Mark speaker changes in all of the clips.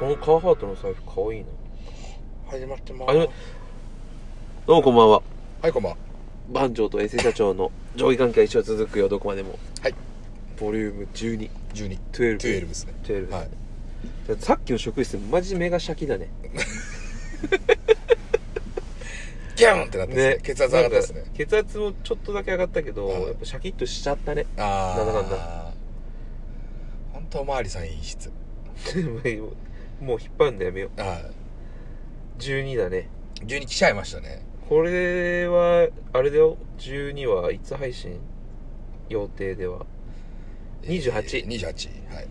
Speaker 1: このカーハートの財布かわいいな
Speaker 2: 始まってま
Speaker 1: あ
Speaker 2: す
Speaker 1: れどうもこんばんは
Speaker 2: はいこんばんは
Speaker 1: 番長と衛星社長の上下関係は一生続くよどこまでも
Speaker 2: はい
Speaker 1: ボリューム1212
Speaker 2: 12
Speaker 1: 12
Speaker 2: 12ですねはい
Speaker 1: さっきの職員室マジ目がシャキだね
Speaker 2: ギャンってなってますね血圧上がったですね
Speaker 1: なんか血圧もちょっとだけ上がったけど、
Speaker 2: はい
Speaker 1: やっぱシャキッとしちゃったね
Speaker 2: あ
Speaker 1: なんだなん
Speaker 2: あ本当おまわりさんいい質
Speaker 1: もう引っ張るのやめよ
Speaker 2: は
Speaker 1: う12だね
Speaker 2: い12来ちゃいましたね
Speaker 1: これはあれだよ12はいつ配信予定では28
Speaker 2: 28はい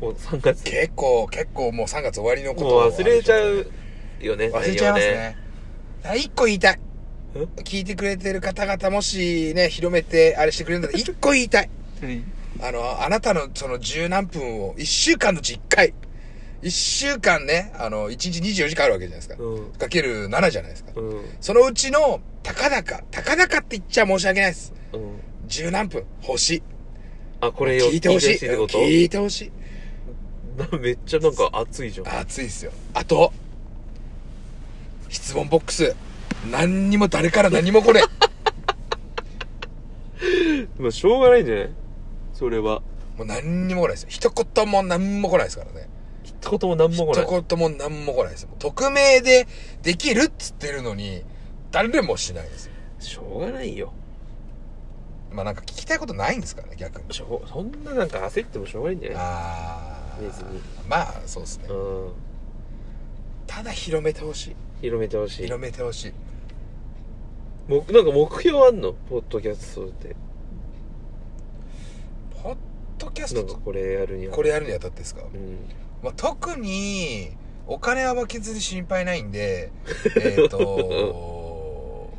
Speaker 1: もう3月
Speaker 2: 結構結構もう3月終わりのこと
Speaker 1: もう忘れちゃ
Speaker 2: あ
Speaker 1: う
Speaker 2: る
Speaker 1: よね
Speaker 2: でしょうね忘れちゃいます
Speaker 1: 内容
Speaker 2: ねあ一個言いたい
Speaker 1: え
Speaker 2: 聞いてくれてる方々もしね広めてあれしてくれるんだったら一個言いたいあの、あなたのその十何分を、一週間のうち一回。一週間ね、あの、一日24時間あるわけじゃないですか。
Speaker 1: うん
Speaker 2: かける7じゃないですか。
Speaker 1: うん
Speaker 2: そのうちの、たかだか、たかだかって言っちゃ申し訳ないです。
Speaker 1: うん
Speaker 2: 十何分、星。
Speaker 1: あこれを
Speaker 2: 聞いてほしい。
Speaker 1: 聞ってこと
Speaker 2: 聞いてほしい。
Speaker 1: なめっちゃなんか熱いじゃん
Speaker 2: 熱いっすよ。あと、質問ボックス。何にも誰から何もこれ。
Speaker 1: まあしょうがないんじゃないそれは
Speaker 2: もう何にも来ないですよ。一言も何も来ないですからね。
Speaker 1: 一言も何も来ない
Speaker 2: 一言も何も来ないです。もう匿名でできるっつってるのに、誰でもしないです。
Speaker 1: しょうがないよ
Speaker 2: まあなんか聞きたいことないんですからね、逆に。
Speaker 1: しょうそんななんか焦ってもしょうがないんじゃない
Speaker 2: ああ。
Speaker 1: 別に
Speaker 2: まあ、そうですね。
Speaker 1: うん
Speaker 2: ただ広めてほし
Speaker 1: 広めてほ
Speaker 2: い。
Speaker 1: しい
Speaker 2: 広めてほしい。
Speaker 1: もなんか目標あんのポッドキャストって
Speaker 2: ポッドキャス
Speaker 1: な
Speaker 2: ト
Speaker 1: んか
Speaker 2: と
Speaker 1: これやるには
Speaker 2: これやるにあたってですか、
Speaker 1: うん
Speaker 2: まあ、特に、お金は負けずに心配ないん で、えっと、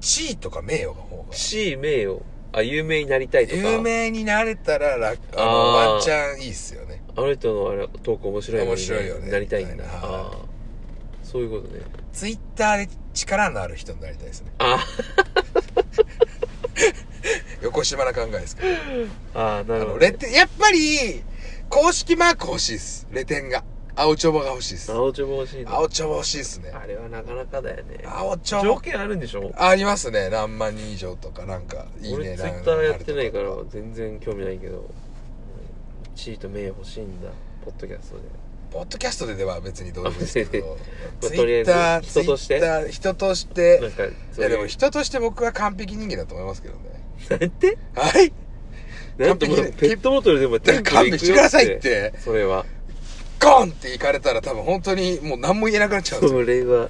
Speaker 2: 地位とか名誉の方が。
Speaker 1: C 名誉あ有名になりたいとか
Speaker 2: 有名になれたら楽、あの、
Speaker 1: あー
Speaker 2: ワンチャンいいっすよね。
Speaker 1: あの人のあれトーク面白いのに
Speaker 2: 面白いよね
Speaker 1: なりたいんだ
Speaker 2: みたいな
Speaker 1: ああそういうことね
Speaker 2: ツイッターで力のある人になりたいですね。
Speaker 1: あ
Speaker 2: 横島な考えですけど。
Speaker 1: ああな
Speaker 2: あ
Speaker 1: るほ
Speaker 2: の、
Speaker 1: ど
Speaker 2: レテン、やっぱり、公式マーク欲しいです。レテンが。青ちょぼが欲しいです。
Speaker 1: 青ちょぼ欲しいの
Speaker 2: 青ちょぼ欲しいですね。
Speaker 1: あれはなかなかだよね
Speaker 2: 青ちょ
Speaker 1: 条
Speaker 2: ぼ。
Speaker 1: 件あるんでしょ
Speaker 2: ありますね。何万人以上とか、なんか、いい
Speaker 1: 俺
Speaker 2: ね、
Speaker 1: ツイッ
Speaker 2: 何
Speaker 1: タ
Speaker 2: 万
Speaker 1: ー
Speaker 2: 人
Speaker 1: やってないから
Speaker 2: あると
Speaker 1: 全然興味ないけどうん地位と名誉欲しいんだポッドキャストで。
Speaker 2: ポッドキャストででは別にどうでもいいですけど
Speaker 1: まあ
Speaker 2: ツイ
Speaker 1: とりあえ
Speaker 2: ッ
Speaker 1: ず
Speaker 2: ター、
Speaker 1: 人として
Speaker 2: ツイッター人とし
Speaker 1: なん
Speaker 2: て。
Speaker 1: か
Speaker 2: い
Speaker 1: そう
Speaker 2: や、
Speaker 1: い
Speaker 2: で
Speaker 1: う
Speaker 2: も人として僕は完璧人間だと思いますけどね。
Speaker 1: なんて
Speaker 2: はい
Speaker 1: なんてもう
Speaker 2: 完璧
Speaker 1: ペットボトルでもテントで
Speaker 2: 勘弁してくださいって
Speaker 1: それは
Speaker 2: ゴンって行かれたら多分本当にもう何も言えなくなっちゃうんですよ
Speaker 1: それは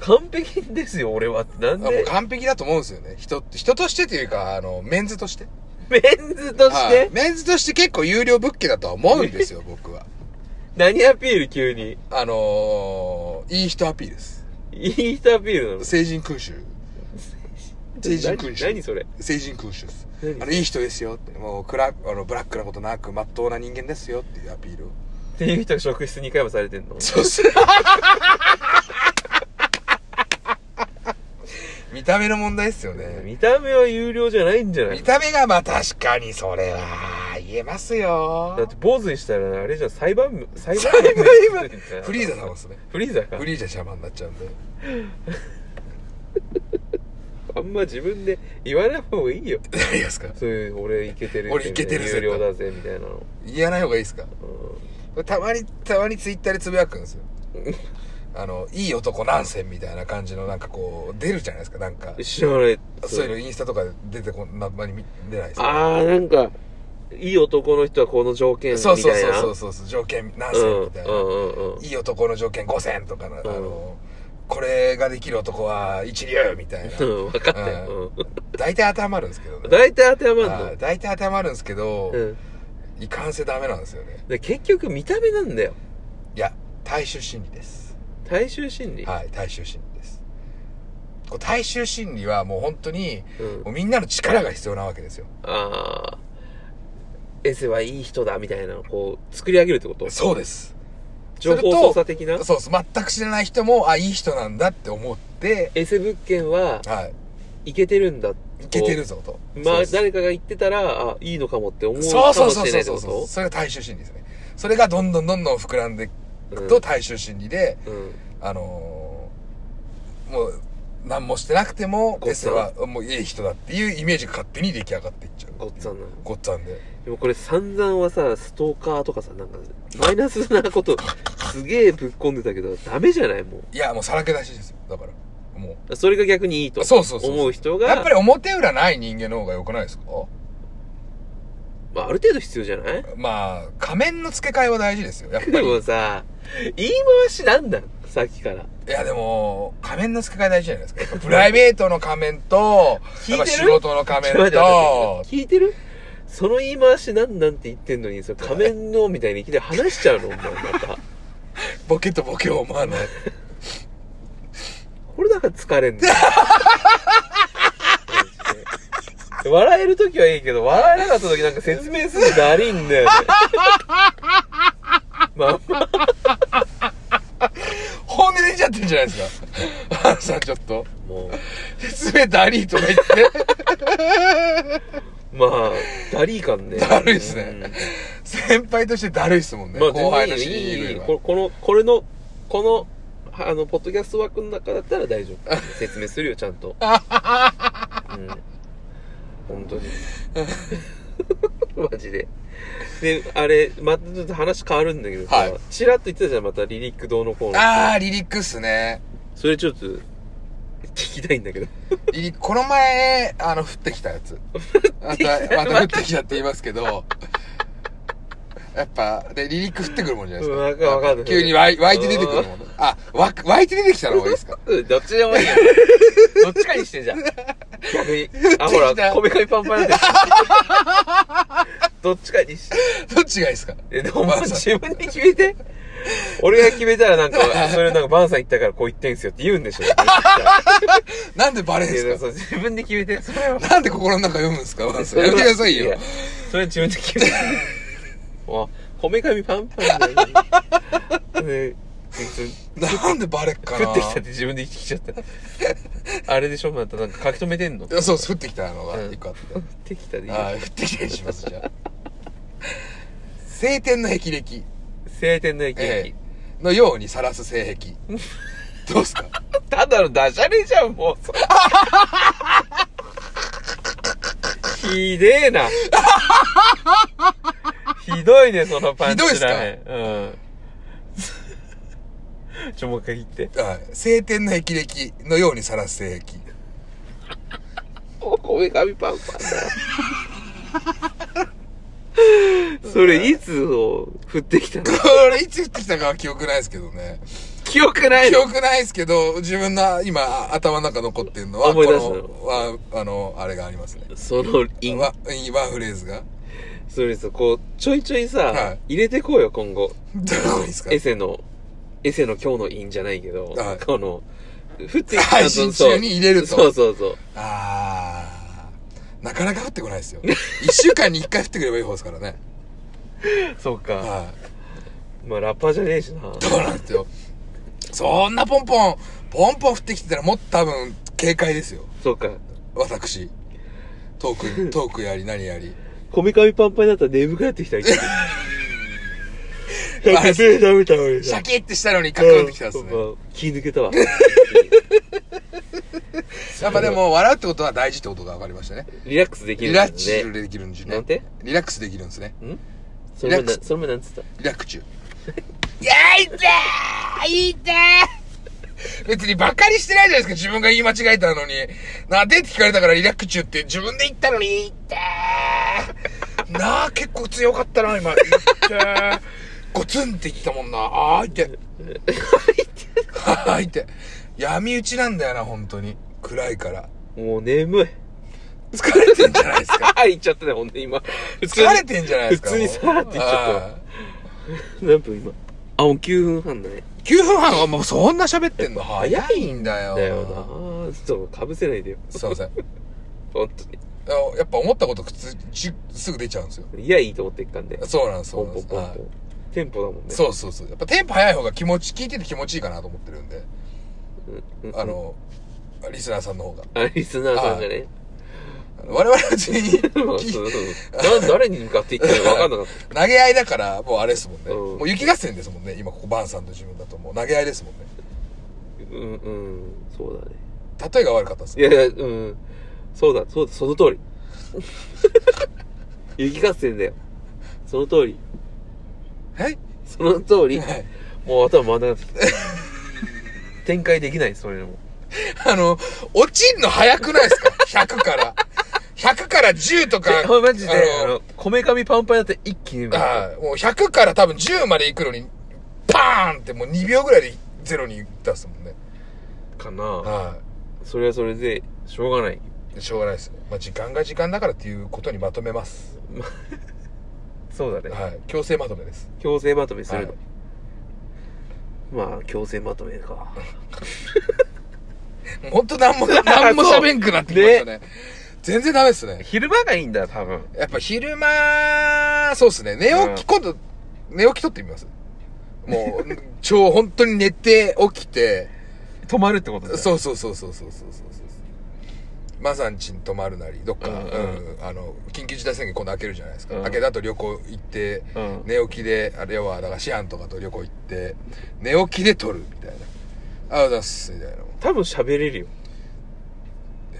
Speaker 1: 完璧ですよ俺はってなん
Speaker 2: あもう
Speaker 1: で
Speaker 2: 完璧だと思うんですよね。人、人としてというか、あの、メンズとして。
Speaker 1: メンズとし
Speaker 2: はい
Speaker 1: て
Speaker 2: メンズとして結構有料物件だとは思うんです よ、僕は。
Speaker 1: 何アピール急に
Speaker 2: あのー、いい人アピールです。
Speaker 1: いい人アピールなの
Speaker 2: 成人君主。
Speaker 1: 何
Speaker 2: 成人君主。
Speaker 1: 何それ
Speaker 2: 成人君主です
Speaker 1: 何。
Speaker 2: あの、いい人ですよって。もう、暗あの、ブラックなことなく、まっとうな人間ですよっていうアピールを。
Speaker 1: っていう人が職質2回もされてんの
Speaker 2: そうっす。 見た目の問題ですよね。
Speaker 1: 見た目は有料じゃないんじゃない
Speaker 2: 見た目がまあ確かにそれは言えますよ
Speaker 1: だって坊主にしたらあれじゃん裁判裁判
Speaker 2: 裁判員フリーザさん
Speaker 1: ん
Speaker 2: ですね
Speaker 1: フリーザか
Speaker 2: フリーザ邪魔になっちゃうんで
Speaker 1: あんま自分で言わない方がいいよ
Speaker 2: 何ですか
Speaker 1: そういう俺イケてる
Speaker 2: 俺イケてる
Speaker 1: 有料だぜみたいなの
Speaker 2: 言わない方がいいですかたまにたまにツイッターでつぶやくんですよあのいい男何千みたいな感じのなんかこう出るじゃないですかなんか
Speaker 1: うん知らない
Speaker 2: そういうのインスタとかで出てこんなまに見出ないですか
Speaker 1: ああなんかいい男の人はこの条件みた
Speaker 2: そうそう
Speaker 1: いな
Speaker 2: そうそうそう条件何
Speaker 1: う
Speaker 2: 千
Speaker 1: ん
Speaker 2: みたいな、
Speaker 1: うんうんうん
Speaker 2: いい男の条件5000とかな、あのこれができる男は一流みたいな
Speaker 1: うん分かったよ
Speaker 2: 大体当てはまるんですけど
Speaker 1: う
Speaker 2: ね
Speaker 1: ん大体当てはま
Speaker 2: あ
Speaker 1: ん
Speaker 2: ー大体当てはまるんですけど、
Speaker 1: のうん
Speaker 2: いかんせダメなんですよね
Speaker 1: で結局見た目なんだよ
Speaker 2: いや大衆心理です
Speaker 1: 大衆心理
Speaker 2: はい大衆心理ですこう大衆心理はもう本当に
Speaker 1: うん
Speaker 2: もうみんなの力が必要なわけですよ
Speaker 1: ああエセはいい人だみたいなのをこう作り上げるってこと
Speaker 2: そうです
Speaker 1: 情報操作的な
Speaker 2: そうです全く知らない人もあいい人なんだって思って
Speaker 1: エセ物件は
Speaker 2: はい
Speaker 1: イケてるんだ
Speaker 2: いけてるぞと。
Speaker 1: ま
Speaker 2: そ
Speaker 1: あ
Speaker 2: う
Speaker 1: 誰かが言ってたらあいいのかもって思う
Speaker 2: そう
Speaker 1: か
Speaker 2: そ
Speaker 1: も
Speaker 2: うそ
Speaker 1: し
Speaker 2: う
Speaker 1: れな
Speaker 2: そ
Speaker 1: いうって
Speaker 2: そ
Speaker 1: こ
Speaker 2: うそう。
Speaker 1: と
Speaker 2: それが大衆心理ですね。それがどんどんどんどん膨らんでいく
Speaker 1: う
Speaker 2: と
Speaker 1: ん
Speaker 2: 大衆心理で、
Speaker 1: うん
Speaker 2: あのーもう、何もしてなくても、
Speaker 1: ご
Speaker 2: エ
Speaker 1: っつ
Speaker 2: ス
Speaker 1: ぁん
Speaker 2: はもういい人だっていうイメージが勝手に出来上がっていっちゃう。
Speaker 1: ごっつぁんなの
Speaker 2: ごっつぁんで。
Speaker 1: でもこれ散々はさストーカーとかさなんかマイナスなことすげえぶっ込んでたけどダメじゃないも
Speaker 2: いや、もうさらけ出しですよ。だから。も
Speaker 1: うそれが逆にいいと
Speaker 2: う。そうそうそう。
Speaker 1: 思う人が
Speaker 2: やっぱり表裏ない人間の方が良くないですか
Speaker 1: まあ、ある程度必要じゃない
Speaker 2: まあ、仮面の付け替えは大事ですよ。やっ ぱ
Speaker 1: で
Speaker 2: り。
Speaker 1: も
Speaker 2: い
Speaker 1: さ言い回しなんださっきから
Speaker 2: や、でも、仮面の付け替え大事じゃないですかやっぱ。プライベートの仮面と、
Speaker 1: 聞いてる
Speaker 2: やっぱ仕事の仮
Speaker 1: ちょっ
Speaker 2: 面
Speaker 1: と
Speaker 2: と
Speaker 1: 待っ、て聞いてるその言い回しなんなんて言ってんのにそれ仮面のみたいにいきなり話しちゃうのお前また
Speaker 2: ボケとボケを思わない。
Speaker 1: これだから疲れんだよマジで 笑える時はいいけど笑えなかった時なんか説明するのだりいんだ よねまあまあ
Speaker 2: 本音出ちゃってるじゃないですか。 あのさ、ちょっと。
Speaker 1: も
Speaker 2: 説明ダリーとか言って。
Speaker 1: うまあだりい感ね
Speaker 2: だるいっすね
Speaker 1: うん
Speaker 2: 先輩としてだるいっすもんね。
Speaker 1: まあ、
Speaker 2: 後輩の
Speaker 1: 全然いいいいいい
Speaker 2: CE
Speaker 1: こ
Speaker 2: は。
Speaker 1: この、これの、この、あの、ポッドキャスト枠の中だったら大丈夫。説明するよ、ちゃん と。うん。本当に。マジで。で、あれ、またちょっと話変わるんだけどさ、
Speaker 2: はい
Speaker 1: チラッと言ってたじゃん、またリリック堂のコーナー。
Speaker 2: あー、リリックっすね。
Speaker 1: それちょっと、聞きたいんだけど。
Speaker 2: リリこの前、あの、降ってきたやつ。また、また降ってきたって言いますけど、やっぱ、で、リリック降ってくるもんじゃないですか。
Speaker 1: わかわかんない
Speaker 2: 急に湧い湧いて出てくるもんね。あ、湧く湧いて出てきたら方がいいですか
Speaker 1: うんどっちでもいい よ。どっちかにしてじゃん。逆に。あ、ほ
Speaker 2: どっちだ
Speaker 1: ら、こめかみパンパンだって。 どっちかにして。
Speaker 2: どっちがいいですか
Speaker 1: え、でも、まあ自分で決めて。俺が決めたらなんか、それなんか、バンさん言ったからこう言ってんすよって言うんでしょ。
Speaker 2: なんでバレん
Speaker 1: いや
Speaker 2: す
Speaker 1: そう自分で決めて。それは。
Speaker 2: かなんで心の中読むんですかワンさんやめてください
Speaker 1: い
Speaker 2: よ
Speaker 1: や。それは自分で決 めて。もう、こめかみパンパンだよ。で、
Speaker 2: なんでバレっかな
Speaker 1: 食ってきたって自分で聞きちゃった。あれでしょまたなんか書き留めてんの
Speaker 2: い
Speaker 1: 食
Speaker 2: やそうです降ってきたのが
Speaker 1: うん
Speaker 2: 一個あって。
Speaker 1: ってきたでいいよ。
Speaker 2: はい、降ってきたりします、じゃあ。晴天の霹靂
Speaker 1: 晴天の駅
Speaker 2: ええのようにさらす性癖。どうっすか
Speaker 1: ただのダジャレじゃん、もう。ひでえな。ひどいね、そのパンチライン。うん。ちょ、もう一回言って。
Speaker 2: はい晴天の霹靂のようにさらす性癖。
Speaker 1: お米紙パンパンだ。 それ、いつを降ってきたの
Speaker 2: これいつ降ってきたかは記憶ないですけどね。
Speaker 1: 記憶ない
Speaker 2: 記
Speaker 1: の
Speaker 2: 憶ないですけど、自分の今頭の中残ってるのは、
Speaker 1: 思い出すの
Speaker 2: のは、あの、あれがありますね。
Speaker 1: そのイン
Speaker 2: ワンワンフレーズが。
Speaker 1: それさ、こう、ちょいちょいさ、
Speaker 2: はい
Speaker 1: 入れてこうよ、今後。
Speaker 2: どこにですか
Speaker 1: エセの、エセの今日のインじゃないけど、
Speaker 2: はい
Speaker 1: この、降ってきた
Speaker 2: 配信中に入れると
Speaker 1: そうそうそう。
Speaker 2: あー、なかなか降ってこないですよ。 一週間に一回降ってくればいい方ですからね。
Speaker 1: そうか。
Speaker 2: はい。
Speaker 1: まあ、ラッパーじゃねえしな。
Speaker 2: そうなんですよ。そんなポンポン、ポンポン降ってきてたらもっと多分、警戒ですよ。
Speaker 1: そうか。
Speaker 2: 私。トーク、トークやり何やり。
Speaker 1: こめかみパンパンになったら眠くなってきた。
Speaker 2: あれ
Speaker 1: 100ページ食べたのに
Speaker 2: シ
Speaker 1: さ
Speaker 2: ャ。キッてしたのにカクンってきたんですね
Speaker 1: う。ん気抜けたわ。
Speaker 2: やっぱでも、笑うってことは大事ってことが分かりましたね。
Speaker 1: リラックスできる
Speaker 2: リ
Speaker 1: んだ
Speaker 2: ラ
Speaker 1: ね
Speaker 2: ッチュできるんですね。
Speaker 1: なんて
Speaker 2: リラックスできるんですね。
Speaker 1: んそれも
Speaker 2: リラ
Speaker 1: な
Speaker 2: ック、ス
Speaker 1: それもなんつった
Speaker 2: リラッ クチュ。いやー、痛い痛い別にバカにしてないじゃないですか、自分が言い間違えたのに。なんでって聞かれたからリラックチュって自分で言ったのに、痛いなあ、結構強かったな、今。痛いゴツンって言ったもんな。あー、 痛い。 あー、痛い。闇討ちなんだよな、本当に。暗いから。
Speaker 1: もう眠い。
Speaker 2: 疲れてんじゃないですか。
Speaker 1: あ、言っちゃったね、ほんと今。普通に
Speaker 2: 疲れてんじゃないですか。
Speaker 1: 普通にさらって言っちゃったわ
Speaker 2: あー
Speaker 1: 何分今あ、もう9分半だね。
Speaker 2: 9分半はもうそんな喋ってんの早いんだよ。
Speaker 1: だよなちょっと被せないでよ。
Speaker 2: すいません。あ
Speaker 1: 本当に。
Speaker 2: のやっぱ思ったこと普通じすぐ出ちゃうんですよ。
Speaker 1: いや、いいと思ってっかんで。
Speaker 2: そうなんです、そ
Speaker 1: ポ
Speaker 2: うな
Speaker 1: ンポ
Speaker 2: んで
Speaker 1: ン
Speaker 2: す。
Speaker 1: ポン
Speaker 2: は
Speaker 1: ポ
Speaker 2: い
Speaker 1: ン。テンポだもんね。
Speaker 2: そうそうそう。やっぱテンポ早い方が気持ち、聞いてて気持ちいいかなと思ってるんで、
Speaker 1: うん。うん
Speaker 2: あ、の、リスナーさんの方が。
Speaker 1: あリスナーさんがね。
Speaker 2: 我々は別 に、
Speaker 1: そう
Speaker 2: き
Speaker 1: そうそうな誰に向かって言ってるのか分かんなかっ
Speaker 2: 投げ合いだから、もうあれですもんね。
Speaker 1: うん
Speaker 2: もう雪合戦ですもんね。今ここバンさんと自分だともう投げ合いですもんね。
Speaker 1: た。うん、うん、そうだね。
Speaker 2: 例えが悪かったです
Speaker 1: い。やいや、うん。そうだ、そうだ、その 通り。雪合戦だよ。その通り。
Speaker 2: はい
Speaker 1: その通り。
Speaker 2: はい
Speaker 1: もう頭回んなくな ってきた。展開できない、それでも。
Speaker 2: あの、落ちんの早くないですか ?100 から。100から10とか。
Speaker 1: いやマジで、あ
Speaker 2: あの
Speaker 1: の、こめかみパンパンだったら一気に埋める
Speaker 2: はいもう100から多分10まで行くのに、パーンってもう2秒ぐらいでゼロに行ったっすもんね。
Speaker 1: かな。
Speaker 2: は
Speaker 1: それはそれで、しょうがない。
Speaker 2: い。しょうがないですね。まあ、時間が時間だからっていうことにまとめます。
Speaker 1: そうだね。
Speaker 2: はい。強制まとめです。
Speaker 1: 強制まとめするの。
Speaker 2: はい
Speaker 1: まあ、強制まとめか。
Speaker 2: ほんとなんも、なんも喋んくなってきましたね。全然ダメですね。
Speaker 1: 昼間がいいんだ、多分。
Speaker 2: やっぱ昼間、そうですね。寝起き、今度、寝起き取ってみますもう、超本当に寝て起きて、
Speaker 1: 泊まるってことだよ
Speaker 2: そうそうそうそうそうそうそうそう。マサンチに泊まるなり、どっか、
Speaker 1: う
Speaker 2: うんん、あの、緊急事態宣言今度開けるじゃないですか。
Speaker 1: うん
Speaker 2: 開けた後旅行行って、
Speaker 1: うん
Speaker 2: 寝起きで、あれは、だからシアンとかと旅行行って、寝起きで撮る、みたいな。あ、おはようございます、みたいな。
Speaker 1: 多分喋れるよ。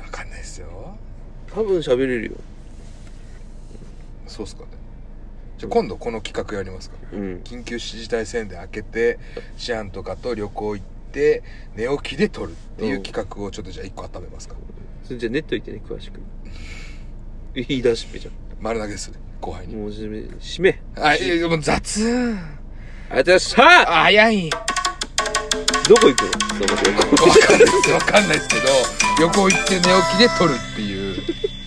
Speaker 2: わかんないですよ。
Speaker 1: 多分喋れるよ。
Speaker 2: そうっすかね。じゃあ今度この企画やりますか。
Speaker 1: うん。
Speaker 2: 緊急事態宣言開けて、シアンとかと旅行行って、寝起きで撮るっていう企画をちょっとじゃあ一個温めますか。
Speaker 1: それじゃあ、ネット行ってね、詳しく。言い出しっぺじゃ
Speaker 2: 丸投げですね、後輩
Speaker 1: ん。
Speaker 2: に。
Speaker 1: もう締め、締め。
Speaker 2: あ、いやもう
Speaker 1: あ
Speaker 2: 雑。
Speaker 1: りがとうございました
Speaker 2: あ、早い。
Speaker 1: どこ行くのその旅行
Speaker 2: わかんないです、わかんないですけど、旅行行って寝起きで撮るっていう。